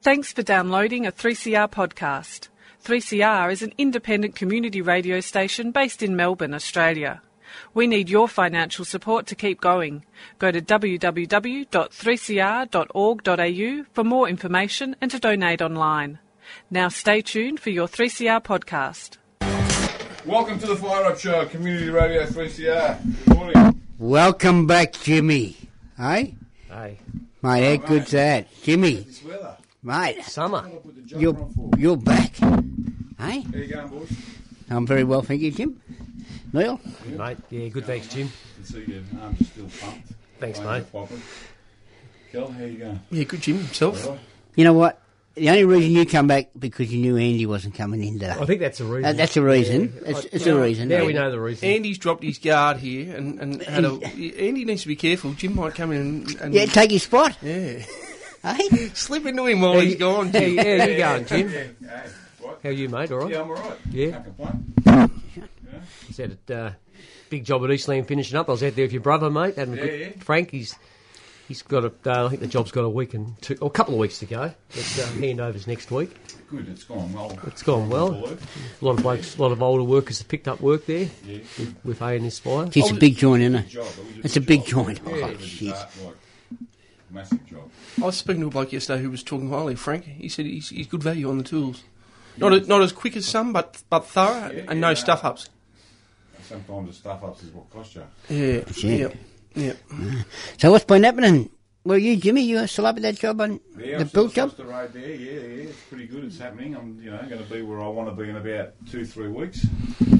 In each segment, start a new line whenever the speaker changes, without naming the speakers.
Thanks for downloading a 3CR podcast. 3CR is an independent community radio station based in Melbourne, Australia. We need your financial support to keep going. Go to www.3cr.org.au for more information and to donate online. Now stay tuned for your 3CR podcast.
Welcome to the Fire Up Show, Community Radio 3CR. Good morning.
Welcome back, Jimmy. Hey,
Hey,
mate, how good's that, Jimmy?
It's weather.
Mate,
summer.
What with the jumper
you're
on for?
you're back. Hey,
How you going, boys?
I'm very well, thank you, Jim. Neil,
Good, mate. Yeah, good. Thanks, Jim.
can see your arms are still pumped. Veins
Thanks,
are
mate.
popping. Kel, how you going?
Yeah, good Jim himself.
All right?
you know what? The only reason you come back because you knew Andy wasn't coming in today.
I think that's a reason.
That- Uh, that's a reason. It's, it's a reason.
Now we know the reason.
Andy's dropped his guard here, and, and had a, Andy needs to be careful. Jim might come in and, and
Yeah, take his spot.
yeah.
Hey,
slip into him while he's gone.
How
Jim.
you, how you
Yeah,
going, Jim?
Hey, what?
How you, mate? All right.
Yeah, I'm alright.
Yeah.
Can't complain.
He's had a uh, big job at Eastland finishing up. I was out there with your brother, mate. Having a
Yeah,
good,
yeah.
Frank, he's he's got a. Uh, I think the job's got a week and two, or a couple of weeks to go. But uh, handovers next week.
Good, it's gone well.
It's gone well.
Hello.
A lot of blokes, a lot of older workers have picked up work there
Yeah,
with, with A&S Fire.
it's
Oh,
a big joint, isn't it?
job. It was
It's a big
job.
joint.
Yeah,
Oh,
it was
shit.
that, like, massive job.
I was speaking to a bloke yesterday who was talking highly. of Frank, he said he's, he's good value on the tools. Not a, not as quick as some, but but thorough
Yeah,
and
yeah,
no
no.
stuff ups.
Sometimes the stuff ups is what cost you.
Yeah,
it.
yeah, yeah.
So what's been happening? Well, you, Jimmy, you still up at that job on
Yeah,
the
I'm still
built job?
across the road there. Yeah, yeah, it's pretty good. It's happening. I'm, you know, going to be where I want to be in about two, three weeks,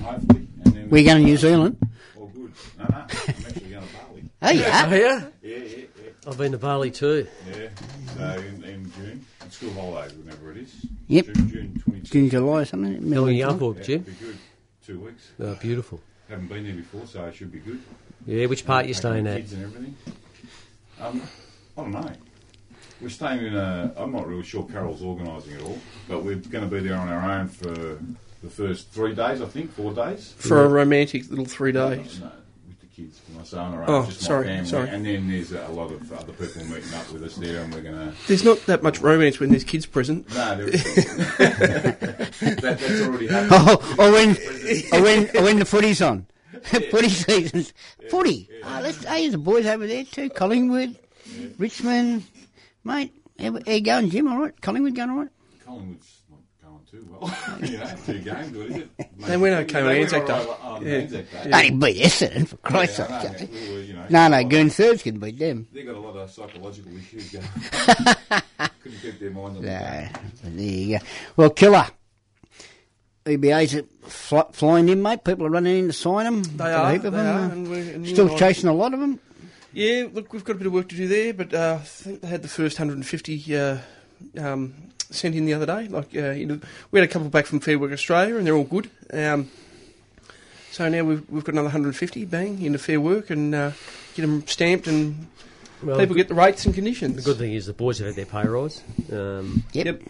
hopefully. And then
We're going to New Zealand.
All good. No, no, I'm actually going to Bali.
Hey, yeah.
Oh, yeah?
Yeah, yeah, yeah.
I've been to Bali too.
yeah. So in, in June, it's school holidays, whenever it is.
Yep.
June, June 22.
June, July, or something.
How
Middle
are
of
you
July.
up, or,
Yeah,
Jim?
Be good. Two weeks.
Oh, beautiful.
Haven't been there before, so it should be good.
Yeah, which part you
Taking
staying
the
at?
Kids and everything. Um, I don't know. We're staying in a. I'm not really sure Carol's organising it all, but we're going to be there on our own for the first three days, I think, four days.
For a romantic little three days.
No, with the kids, for my son, or
Oh,
just my
sorry,
family.
sorry.
And then there's a lot of other people meeting up with us there, and we're going to.
There's not that much romance when there's kids present.
No, there is. that, that's already happened.
Oh, or when, or when, or when the footy's on. footy seasons. Footy. Oh, let's, hey, there's the boys over there too. Collingwood, Richmond. Mate, how, how you going, Jim? All right? Collingwood going all right?
Collingwood's not going too well. you know, too game good, is it?
They went okay on Anzac Day.
On
Yeah.
Anzac Day.
They beat Essendon, for Christ's
Yeah, I know,
sake. Joe.
we were, you know, oh,
No, no, Goon Thirds can beat them.
They got a lot of psychological issues going. Couldn't keep their mind on
No,
that.
Uh, but there you go. Well, Killer. EBA's are fly, flying in, mate. People are running in to sign them.
They are, they are, and we're and you
uh, Still
and I-
chasing a lot of them.
Yeah, look, we've got a bit of work to do there, but uh, I think they had the first 150 uh, um, sent in the other day. Like, uh, you know, we had a couple back from Fair Work Australia, and they're all good. Um, so now we've, we've got another 150 bang into Fair Work, and uh, get them stamped, and
Well,
people get the rates and conditions.
The good thing is the boys have had their pay rise. Um,
Yep.
Yep.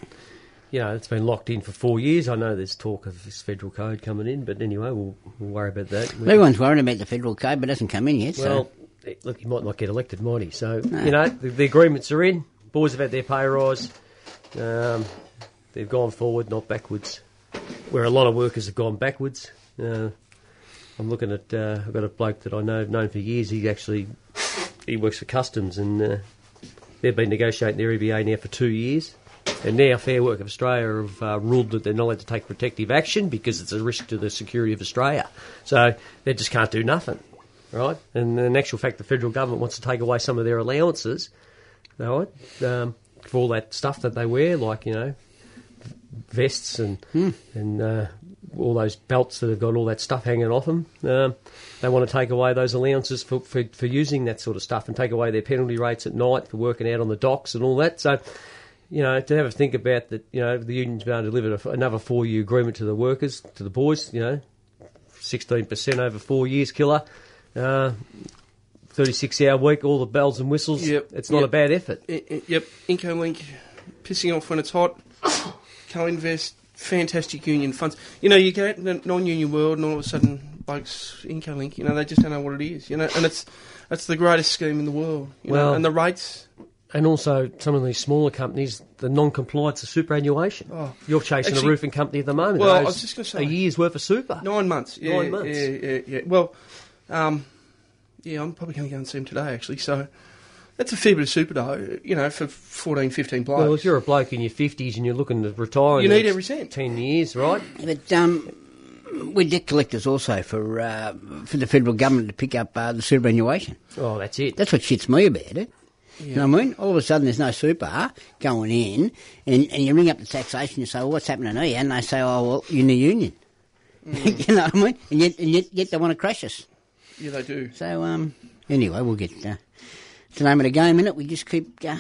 you know, it's been locked in for four years. I know there's talk of this federal code coming in, but anyway, we'll, we'll worry about that. We-
Everyone's worried about the federal code, but it hasn't come in yet.
well,
so.
eh, look, he might not get elected, might he? So, you know, the, the agreements are in. Boys have had their pay rise. Um, they've gone forward, not backwards. Where a lot of workers have gone backwards. Uh, I'm looking at, uh, I've got a bloke that I know, known for years. He actually, he works for customs and uh, they've been negotiating their EBA now for two years. And now Fair Work of Australia have uh, ruled that they're not allowed to take protective action because it's a risk to the security of Australia. So they just can't do nothing, right? And in actual fact, the federal government wants to take away some of their allowances, right, um, for all that stuff that they wear, like, you know, vests and
Hmm.
and uh, all those belts that have got all that stuff hanging off them. Um, they want to take away those allowances for, for, for using that sort of stuff and take away their penalty rates at night for working out on the docks and all that. So, you know, to have a think about that, you know, the union's been able to deliver a, another four year agreement to the workers, to the boys, you know, 16% over four years, killer. Uh, 36 hour week, all the bells and whistles.
Yep,
It's not
yep.
a bad effort.
I- I- Eh, yep, Incomlink, pissing off when it's hot. Co-invest, fantastic union funds. You know, you go out in the non-union world, and all of a sudden, blokes Incomlink. You know, they just don't know what it is. You know, and it's it's the greatest scheme in the world. You
Well-
know, and the rates
and also some of these smaller companies, the non-compliance of superannuation.
Oh.
You're chasing
Actually-
a roofing company at the moment.
Well, I
Those
was just gonna say-
a year's worth of super.
Nine months. Yeah,
Nine months.
Yeah, yeah, yeah. Well, um, yeah, I'm probably going to go and see him today, actually. So that's a fair bit of super, though, you know, for 14, 15 blokes.
Well, if you're a bloke in your fifties and you're looking to retire, in
You
the
need
next
every cent.
Ten years, right?
But um, we're debt collectors also for uh, for the federal government to pick up uh, the superannuation.
Oh, that's it.
That's what shits me about it. You know what I mean? All of a sudden, there's no super going in, and, and you ring up the taxation. You say, well, "What's happening here?" And they say, "Oh, well, you're in the union." you know what I mean? And yet, and yet, yet they want to crash us.
yeah, they do.
So um, anyway, we'll get uh, it's the name of the game in it. We just keep uh,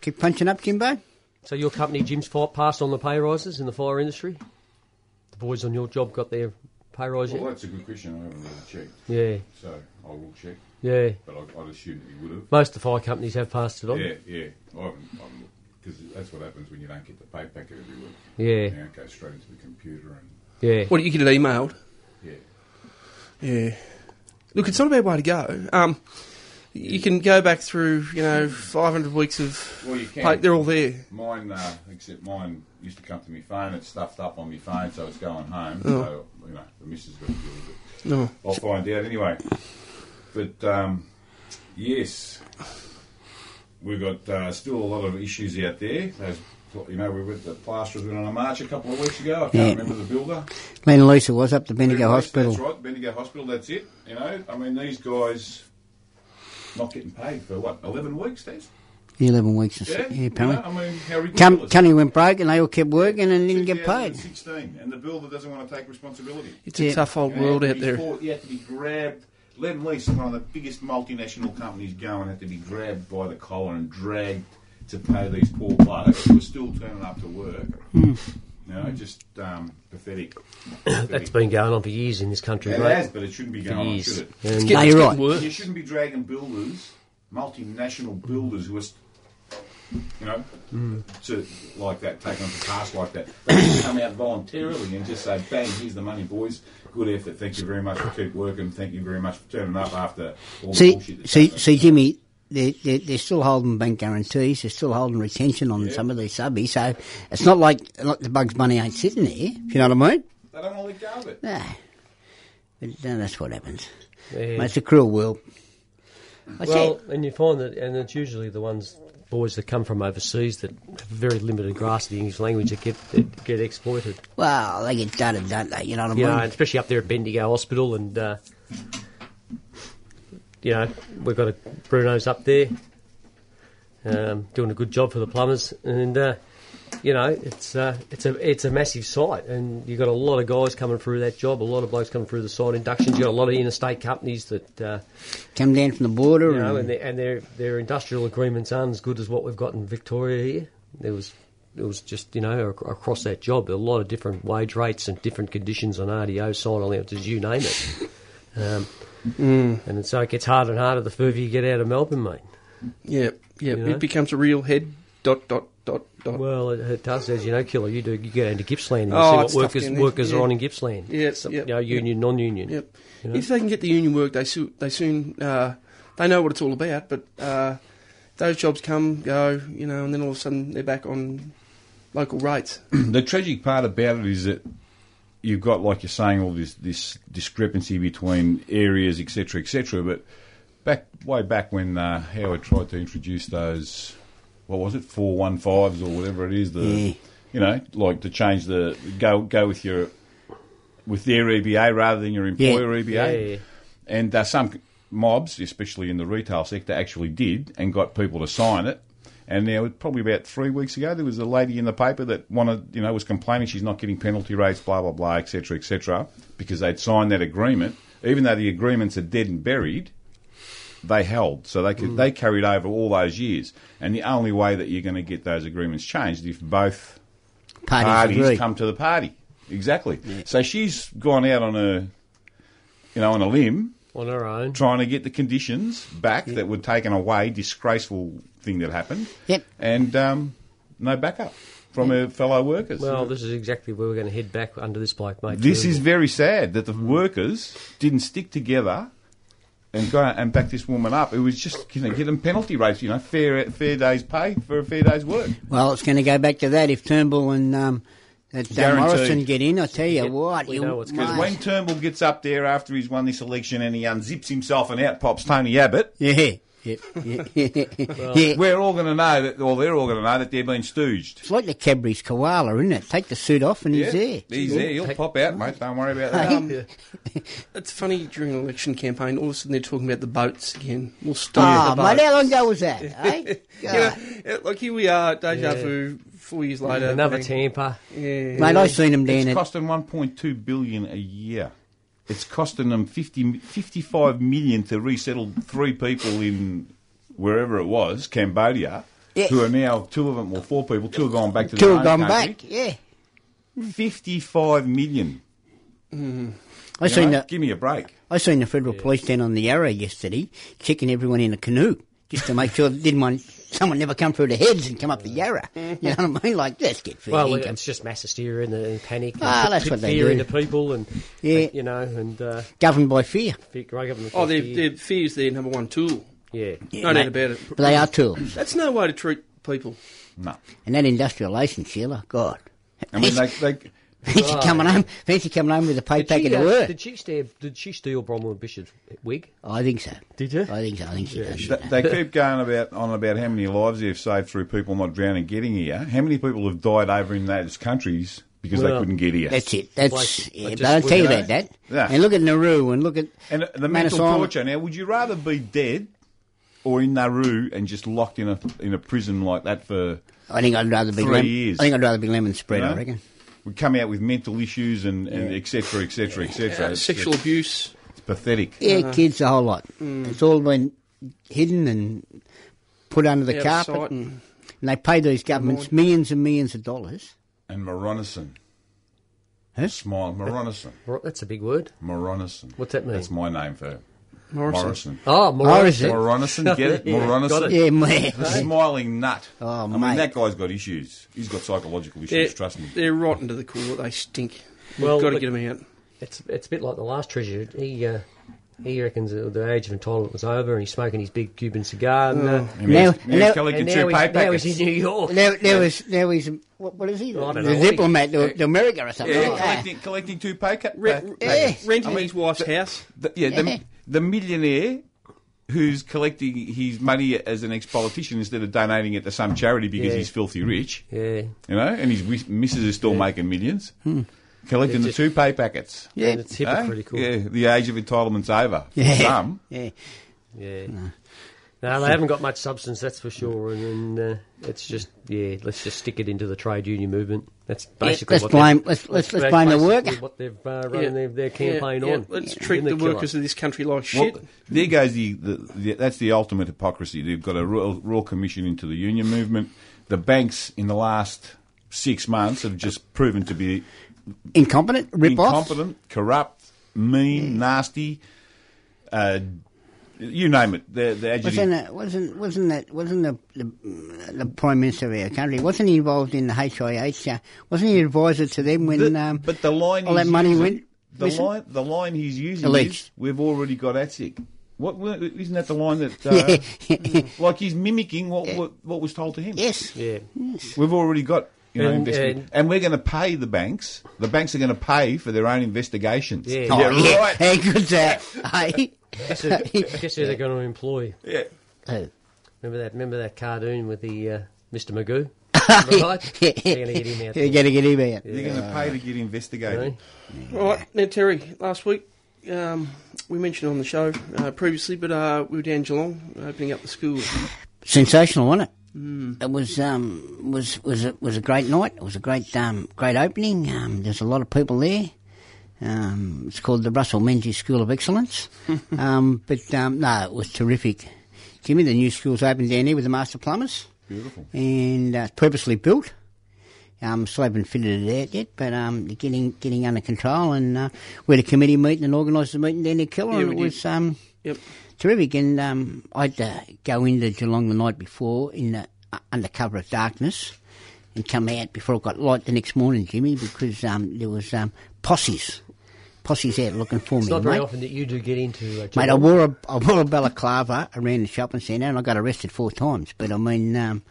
keep punching up, Jimbo.
So your company, Jim's Fire, passed on the pay rises in the fire industry. The boys on your job got their pay rise
Well,
yet.
that's a good question. I haven't really checked,
Yeah,
so I will check.
yeah.
But I, I'd assume that you would have.
Most of the fire companies have passed it on.
Yeah, yeah. I haven't, I haven't looked because that's what happens when you don't get the pay packet every week.
Yeah.
You know, it goes straight into the computer and
yeah.
What, you get it emailed?
yeah.
Yeah. Look, it's not a bad way to go. Um, you can go back through, you know, 500 weeks of.
Well, you can.
Like, they're all there.
Mine, uh, except mine used to come to my phone. It's stuffed up on my phone, so it's going home.
Oh.
So you know, the missus got to deal with it.
No.
I'll find out anyway. But um, yes, we've got uh, still a lot of issues out there. Those, you know, we went the plasterers went on a march a couple of weeks ago. I
Yeah.
can't remember the builder.
Lena Lisa was up to Bendigo
That's-
Hospital.
That's right, Bendigo Hospital. That's it. You know, I mean, these guys not getting paid for what eleven weeks, Des?
Eleven weeks. Or so.
Yeah,
yeah, apparently.
You know, I mean, how
Come,
ridiculous!
company went broke and they all kept working and didn't get paid.
2016, and the builder doesn't want to take responsibility.
It's a
Yeah.
tough old
You know,
world
you
out
had to be
there.
fought- you had to be grabbed. Len Lease, one of the biggest multinational companies going, had to be grabbed by the collar and dragged to pay these poor blokes who were still turning up to work. You know, just um, pathetic.
Hmm. That's
pathetic.
been going on for years in this country,
It
mate.
has, but it shouldn't be
For
going on,
Oh,
years.
should it?
And
No, you're right.
You shouldn't be dragging builders, multinational builders who are, st- you know,
Hmm.
to like that, taken on to task like that. They just come out voluntarily and just say, "Bang, here's the money, boys. Good effort. Thank you very much for keep working. Thank you very much for turning up after all the
See,
bullshit." that's
see,
happened."
see, Jimmy, they're, they're, they're still holding bank guarantees. They're still holding retention on some of these subbies. So it's not like, like the Bugs Bunny ain't sitting there. If you know what I mean?
They don't want to let go of it.
Nah. But no, that's what happens.
Yeah.
Mate, it's a cruel world. That's
well,
it.
and you find that, and it's usually the ones boys that come from overseas that have very limited grasp of the English language that get that get exploited.
Well, they get dudded, don't they? You know what I mean?
You know, and especially up there at Bendigo Hospital, and uh, you know we've got a Bruno's up there um, doing a good job for the plumbers, and uh, you know it's uh, it's a it's a massive site, and you've got a lot of guys coming through that job, a lot of blokes coming through the site inductions. You've got a lot of interstate companies that. Uh,
Come down from the border
you know,
and
and their, and their their industrial agreements aren't as good as what we've got in Victoria here. There was it was just you know ac- across that job a lot of different wage rates and different conditions on RDO sign on out you name it. Um,
Mm.
And so it gets harder and harder the further you get out of Melbourne, mate.
Yeah, yeah.
You know?
It becomes a real head dot, dot, dot, dot.
Well, it, it does, as you know, killer. You do you get into Gippsland and
Oh,
you
it's
see what
tough
workers
down there.
workers
Yeah.
are on in Gippsland.
Yep,
Some-
yep,
you know,
yep.
union, non-union.
Yep.
You know?
If they can get the union work, they soon, they soon uh, they know what it's all about. But uh, those jobs come, go, you know, and then all of a sudden they're back on local rates.
the tragic part about it is that you've got, like you're saying, all this this discrepancy between areas, etc., etc. But back way back when uh, Howard tried to introduce those, what was it, four one fives or whatever it is, the
Yeah.
you know, like to change the go go with your with their EBA rather than your employer E EBA,
Yeah, yeah, yeah.
and uh, some c- mobs, especially in the retail sector, actually did and got people to sign it. And now, probably about three weeks ago, there was a lady in the paper that wanted, you know, was complaining she's not getting penalty rates, blah blah blah, etc. Cetera, etc. because they'd signed that agreement, even though the agreements are dead and buried. They held, so they
Mm.
could, they carried over all those years. And the only way that you're going to get those agreements changed is if both
parties,
parties
agree.
come to the party. Exactly. So she's gone out on a, you know, on a limb,
On our own.
trying to get the conditions back that were taken away, disgraceful thing that happened.
Yep.
And um, no backup from her fellow workers.
Well, this is exactly where we're going to head back under this bloke, mate.
this
too.
is very sad that the workers didn't stick together and go and back this woman up. It was just you know getting penalty rates, you know, fair fair day's pay for a fair day's work.
Well, it's going to go back to that if Turnbull and um, that uh,
Guaranteed.
Morrison get in. I tell you
Yeah,
what,
we
you
know what's
Because
might-
when Turnbull gets up there after he's won this election and he unzips himself and out pops Tony Abbott,
yeah, yeah, yeah, yeah, yeah.
we're all going to know that, or they're all going to know that they're being stooged.
It's like the Cadbury's koala, isn't it? Take the suit off and he's there.
He's there. He'll pop out, mate. Don't worry about that.
Um, It's funny during an election campaign, all of a sudden they're talking about the boats again. We'll
Ah,
stop the
mate,
boats.
how long ago was that? eh?
You
God.
know, it- like here we are,
Yeah.
deja vu, four years later.
Another
bang.
tamper.
Yeah.
Mate, I seen him down
It's
at
costing 1.2 billion a year. It's costing them 50, 55 million to resettle three people in wherever it was, Cambodia,
Yeah.
who are now two of them, or four people, two have gone back to
Two
their
have
own
gone
country.
back. Yeah,
55 million.
I
you
seen
know?
the
Give me a break.
I seen the federal police down on the Yarra yesterday checking everyone in a canoe just to make sure that didn't one someone never come through the heads and come up the Yarra. You know what I mean? Like let's get fair
Well,
income.
it's just mass hysteria and, and panic. And
uh, Ah,
put-
that's
put
what they
fear
do.
into people and
Yeah.
you know and uh,
governed by fear.
fear, great government.
Oh, their,
fear.
their fear is their number one tool.
yeah. yeah.
No doubt
mate.
about it.
But they are tools.
That's no way to treat people.
No.
And that industrial relation, Sheila, God.
I mean, they, they,
Fancy coming home fancy coming home with a pay packet
uh,
of work.
did she stab, Did she steal Bromwell and Bishop's wig?
I think so.
Did you?
I think so. I think she does.
Th- They keep going about on about how many lives they've saved through people not drowning getting here. How many people have died over in those countries because
Well,
they couldn't get here?
That's it. That's
Like,
yeah,
I
but
just
I'll tell you
wouldn't
about that.
know. Yeah.
And look at Nauru and look at
And the mental
Manus Island.
torture. Now, would you rather be dead or in Nauru and just locked in a in a prison like that for
I think I'd rather be
Three
lem-
years.
I think I'd rather be lemon spread.
you know,
I reckon.
Would come out with mental issues and and etc. etc. etc.
Sexual abuse.
It's pathetic.
Yeah,
Uh-huh.
kids, a whole lot.
Mm.
It's all been hidden and put under the
out of
carpet,
sight
and,
and-
they pay these governments millions and millions of dollars.
And Moronison.
Huh?
Smile, Moronison.
Right, That's a big word.
Moronison.
What's that mean?
That's my name for
Morrison.
Morrison.
Oh,
Oh, is it?
Moronison, get it?
Yeah,
Moronison.
got it.
Yeah, man.
The smiling nut.
Oh,
I mean,
mate.
that guy's got issues. He's got psychological
They're,
issues. Trust me.
they're rotten to the core. They stink. We've
Well,
got to
look-
get them out.
It's it's a bit like the last treasurer. He uh, he reckons that the age of entitlement was over, and he's smoking his big Cuban cigar. And,
Oh.
uh,
I mean,
Now-
he's- he's
now-
collected
and
two
now,
pay
he's, now
packets.
he's in New York.
There, there was, there was, what, what is he?
I
the
don't know.
diplomat to, to America or something.
Yeah,
like that.
collecting, collecting two pay ca-
Re-
pa-
re-
packets.
renting
I mean,
his wife's house.
The, yeah, the, the millionaire who's collecting his money as an ex-politician instead of donating it to some charity because
Yeah.
he's filthy rich,
Yeah.
you know, and his wi- missus is still making millions, collecting
It's
the two pay packets.
Yeah.
And it's hypocritical.
Eh? Yeah, the age of entitlement's over. for
Yeah.
Some.
Yeah.
Yeah. No. they haven't got much substance, that's for sure. And, and uh, it's just, yeah, let's just stick it into the trade union movement. That's basically
let's
what
blame-
they've-
let's- let's-
that's
let's blame the
basically
worker.
What they've uh, running their, their campaign
yeah,
on.
Let's
Yeah.
treat
In
the,
killer.
workers of this country like
Well,
shit.
there goes the, the, the that's the ultimate hypocrisy. They've got a royal, royal commission into the union movement. The banks in the last six months have just proven to be
Incompetent, rip off.
incompetent, corrupt, mean,
Mm.
nasty. Uh, you name it. The, the
Wasn't
adjective.
that, wasn't, wasn't that, wasn't the, the, the prime minister of our country, wasn't he involved in the HIH? Uh, wasn't he advisor to them when,
The-
um,
but the line
all
he's
that money
using-
went
The
missing?
line, the line he's using
Alleged.
is we've already got ATSIC. What weren't- isn't that the line that
Yeah.
uh, like he's mimicking what, what what was told to him?
Yes.
Yeah.
We've already got you know
And-
investigation,
and-
and, we're going to pay the banks. The banks are going to pay for their own investigations.
Yeah.
Oh,
They're
yeah.
right.
Hey, good that. Hey.
Guess who, guess who they're going to employ?
Oh.
Remember that Remember that cartoon with the uh, Mr. Magoo? right? They're going to get him out. eh?
They're going to get him out.
They're going to pay to get
you know?
investigated.
All right, now Terry, last week um, we mentioned on the show uh, previously, but uh, we were down Geelong opening up the school.
Sensational, wasn't it?
Hmm.
It was um, was was a, was a great night. It was a great um, great opening. Um, there's a lot of people there. Um, it's called the Russell Menzies School of Excellence. um, but um, no, it was terrific. Jimmy, the new school's opened down there with the master plumbers.
Beautiful.
and uh, purposely built. Um, still haven't fitted it out yet, but um, getting getting under control. And uh, we had a committee meeting and organised the meeting down at Killer,
Yeah,
and
we
it
did.
was um,
Yep.
terrific. And um, I had to go into Geelong the night before in the uh, under cover of darkness, and come out before it got light the next morning, Jimmy, because um, there was um, posses posse's out looking for
It's
me,
not very
mate.
often that you do get into. Uh,
Mate, I wore a I wore a balaclava around the shopping centre, and I got arrested four times. But I mean, um,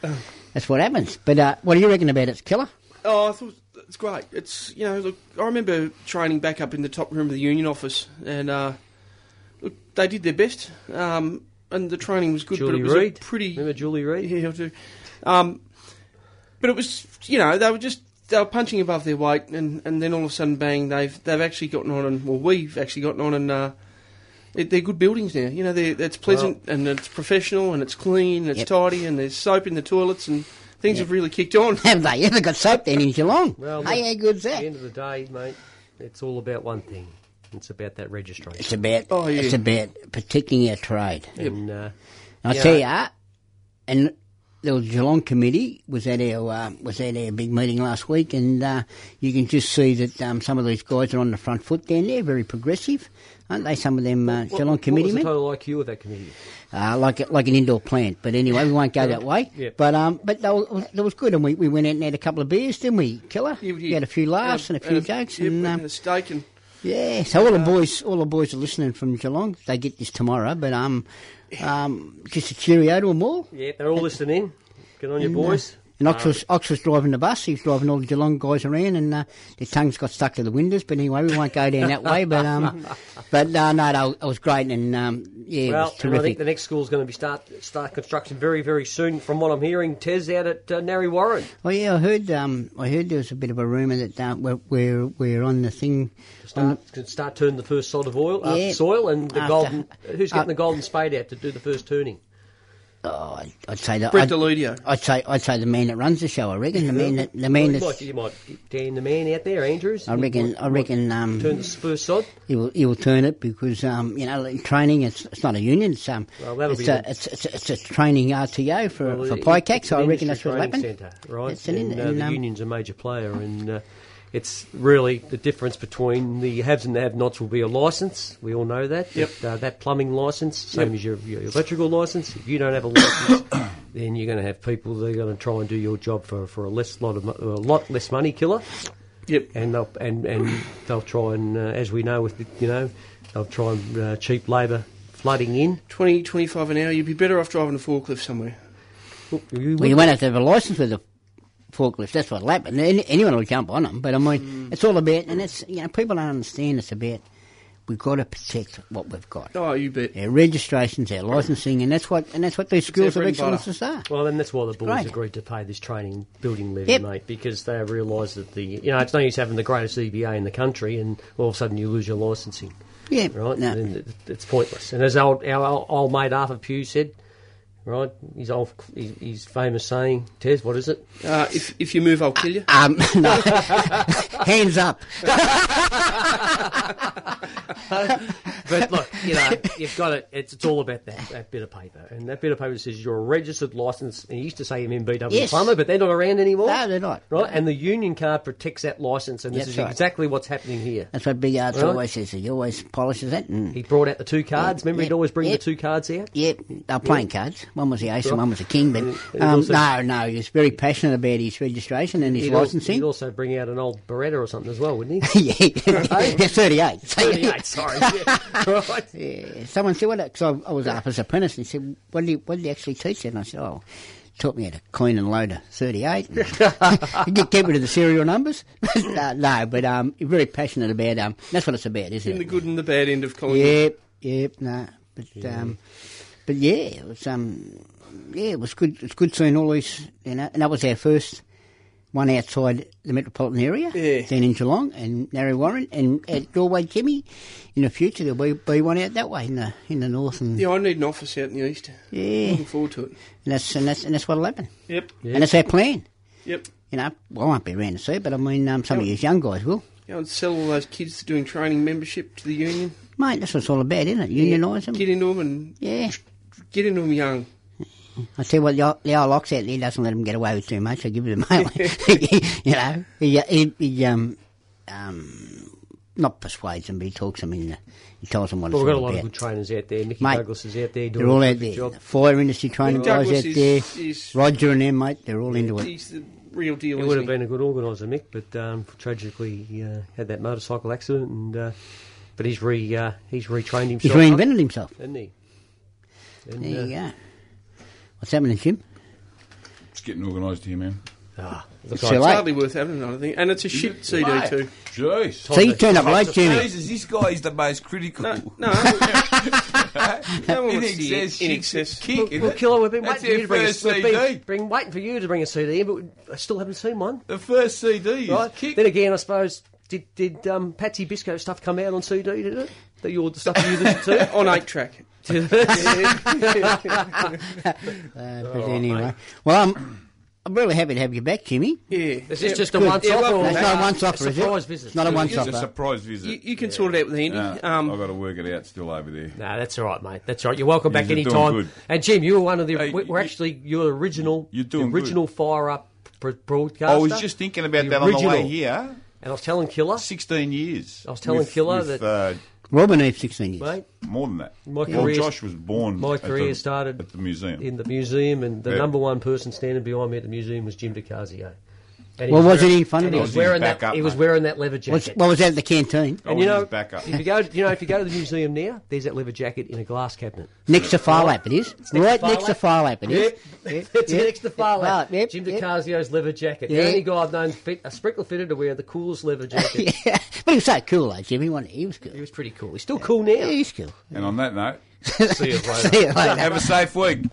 that's what happens. But uh, what do you reckon about its killer?
Oh, I thought it's great. It's you know, look, I remember training back up in the top room of the union office, and uh, look, they did their best, um, and the training was good. but
Julie
it was a
Reed.
pretty.
Remember Julie Reed?
Yeah, I do. Um, but it was you know they were just they were punching above their weight, and, and then all of a sudden, bang! They've they've actually gotten on, and well, we've actually gotten on, and. Uh, they- they're good buildings now. You know, they're, it's pleasant and it's professional and it's clean and it's
Yep.
tidy and there's soap in the toilets and things have really kicked on.
Have they ever got soap down in Geelong?
Well,
hey,
look,
how good's
At
that?
the end of the day, mate, it's all about one thing. It's about that registration.
It's about
Oh, yeah.
it's about protecting our trade.
And uh,
I
Yeah.
tell you, uh, and the Geelong committee was at our uh, was at our big meeting last week, and uh, you can just see that um, some of these guys are on the front foot down there, very progressive, aren't they? Some of them uh,
what,
Geelong
what
committee
was the
men,
total IQ of that committee?
uh, like like an indoor plant. But anyway, we won't go that way.
Yeah.
But um, but that was, that was good, and we, we went out and had a couple of beers, didn't we, Killer?
You- you-
we had a few laughs and a few jokes,
uh, yep,
and um,
and a steak and
yeah, so all the boys, all the boys are listening from Geelong. They get this tomorrow, but um, um, just a cheerio to them all.
Yeah, they're all listening in. Get on your boys.
And Ox was, Ox was driving the bus. He was driving all the Geelong guys around, and uh, their tongues got stuck to the windows. But anyway, we won't go down that way. But um, but no, no, no, it was great, and um, yeah, it
well,
was
and I think
terrific.
the next school's going to be start start construction very very soon. From what I'm hearing, Tez out at uh, Narry Warren.
Oh yeah, I heard um, I heard there was a bit of a rumour that uh, we're, we're we're on the thing.
Start, can start turning the first sod of oil, uh,
Mm. Yeah.
soil, and the
After-
golden. Who's getting
uh,
the golden spade out to do the first turning?
Oh, I'd, I'd say that.
Brett
I'd,
Deludio.
I'd say I'd say the man that runs the show. I reckon the man that the man
you, might,
that's.
you might get Dan the man out there, Andrews.
I reckon. I reckon. Um,
Turn the first sod.
He will, he will turn it because um, you know in training it's, it's not a union it's um
Well, that'll
it's,
be
a,
the-
it's, it's, it's a training RTO for
Well,
for
it-
PICAC,
it's an
so I reckon
industry
that's what'll happen.
training Centre, right?
It's an in-
and, uh,
and,
the
um,
union's a major player, and uh, it's really the difference between the haves and the have-nots will be a license. We all know that.
Yep.
That, uh, that plumbing license, same
Yep.
as your, your electrical license. If you don't have a license, then you're going to have people that are going to try and do your job for, for a less lot of mo- a lot less money killer,
Yep.
and they'll and, and they'll try and uh, as we know with the, you know they'll try and uh, cheap labour flooding in.
20, 25 an hour. You'd be better off driving a forklift somewhere.
Oop, you
Well, you
wouldn't-
won't have to have a license with a forklift. That's what'll happen. Any, anyone will jump on them. But I mean,
Hmm.
it's all about, and it's you know people don't understand. It's about we've got to protect what we've got.
Oh, you bet.
Our registrations, our licensing, and that's what and that's what these schools
our
of
bread and butter.
excellences are.
Well, then that's why the boards
great.
agreed to pay this training building levy,
Yep.
mate, because they realise that the you know it's no use having the greatest EBA in the country and all of a sudden you lose your licensing,
Yeah,
right?
no.
Then it- it's pointless. And as old, our old- old mate Arthur Pugh said, right, his old his his famous saying, Tez, what is it?
Uh, if, if you move, I'll kill you.
Um, no. hands up.
But look, you know, you've got it. It's, it's all about that, that bit of paper, and that bit of paper says you're a registered license. And you used to say MBW
Yes.
plumber, but they're not around anymore.
No, they're not.
Right, and the union card protects that license, and this
That's
is
right.
exactly what's happening here.
That's what Big Arts
Really?
always says. He always polishes it. And,
He brought out the two cards. Remember, he'd
Yeah.
always bring
Yeah.
the two cards out.
Yep, they were playing cards. One was the ace and one was the king. But
He'd
um,
also-
no, no, he was very passionate about his registration and his
He'd, al- he'd
licensing.
also bring out an old Beretta or something as well, wouldn't he?
yeah, yeah, thirty-eight. So,
38, sorry. Yeah. right.
yeah. Someone said, "What?" Because I, I was up as apprentice, and he said, "What did you, what did you actually teach?" you?" And I said, "Oh, taught me how to clean and load a thirty-eight. and Get keep rid of the serial numbers." no, no, but um, he's very passionate about um. That's what it's about, isn't
In
it?
the good and the bad end of Collingwood.
Yep, yep, no. But um, but yeah, it was um, yeah, it was good. It's good seeing all these, you know, and that was our first one outside the metropolitan area,
Yeah.
down in Geelong and Narry Warren and at Galway Jimmy. In the future, there'll be, be one out that way in the in the north and
Yeah, I need an office out in the east.
yeah,
Looking forward to it.
and that's and that's and that's what'll happen,
Yep.
and that's our plan.
Yep.
You know, well, I won't be around to see, it, but I mean, um, some of
Yeah.
you young guys will.
Go and sell all those kids doing training membership to the union.
Mate, that's what it's all about, isn't it? Unionise them.
Get into them and
Yeah.
get into them young.
I see what the, the old ox out there doesn't let him get away with too much. I give him away. you know, he, he, he um, um, not persuades them, but he talks them in. The, he tells them what
Well,
it's
we've got a
all
lot of
about.
good trainers out there. Mickey
Mate,
Douglas is out there doing
they're all
a
out
good
there.
job.
The fire industry training
Mick
guys
Douglas
out
is-
there.
is-
Roger and them, mate, they're all into it.
He's the real deal.
He
isn't
would have
he?
been a good organiser, Mick, but um, tragically he uh, had that motorcycle accident. And uh, but he's re uh, he's retrained himself.
He's
up,
reinvented himself.
didn't he? And,
There you
uh,
go. What's happening, Jim?
It's getting organised here, man.
ah,
It's
looks
too
like
It's
late.
hardly worth having it, I don't think. And it's a shit CD
Why?
too.
Jeez.
See, you turned up late, Jimmy.
Jesus, this guy is the most critical.
No, no one
in
wants to hear
excess,
in
shit
excess.
kick,
Well,
isn't
well,
it?
Killer, we've been
That's
waiting for you to bring
their
a
first
we've been,
CD.
bring, waiting for you to bring a CD, in, but I still haven't seen one.
The first CD is
Right?
kick.
Then again, I suppose did did um, Patsy Bisco stuff come out on CD? Did it? That your the stuff you listened to?
on eight track.
Uh, but anyway, well, I'm, I'm really happy to have you back, Jimmy.
Yeah,
Is this
Yeah,
just a
good.
once
Yeah,
off
welcome
or
back.
It's not a once
a
off, is it?
surprise visit.
It's not a once
It's
off.
a surprise visit.
You, you can sort it out with Andy.
Nah,
um,
I've got to work it out still over there.
No, that's all right, mate. That's all right. You're welcome back
You're
any
doing
time.
good.
And Jim, you were one of the.
Hey,
we- we're
you-
actually your original.
You're doing
the original fire up br- broadcaster.
I was just thinking about
The
that on the way
original.
here.
And I was telling Killer,
16 years.
I was telling
with,
Killer
with,
that-
uh,
Robin Eve, 16 years.
mate,
more than that.
My
well,
career-
Josh was born.
my
at the-
career started
at the museum.
in the museum, and the
Yeah.
number one person standing behind me at the museum was Jim DiCasio. And
Well, was
wearing-
it in front of
and
you?
He
I was
was
in his
wearing that.
backup,
he was
mate.
wearing that leather
Was,
jacket.
well, was that at the canteen?
I
and
was
you
in
know,
his backup.
if you go, you know, if you go to the museum now, there's that leather jacket in a glass cabinet.
Next to Fire Lap, it is.
next to
Right
Fire
next to
Lap.
Fire Lap, it is.
it's
yep,
next to far left.
yep,
Jim
yep.
DiCasio's leather jacket.
Yeah.
The only guy I've known fit, a sprinkler fitter to wear the coolest leather jacket.
Yeah. But he was so cool, though, Jimmy. wasn't He He was cool.
He was pretty cool. He's still cool
Yeah,
now.
he's cool.
and on that note,
See you later.
See you later.
have a safe week.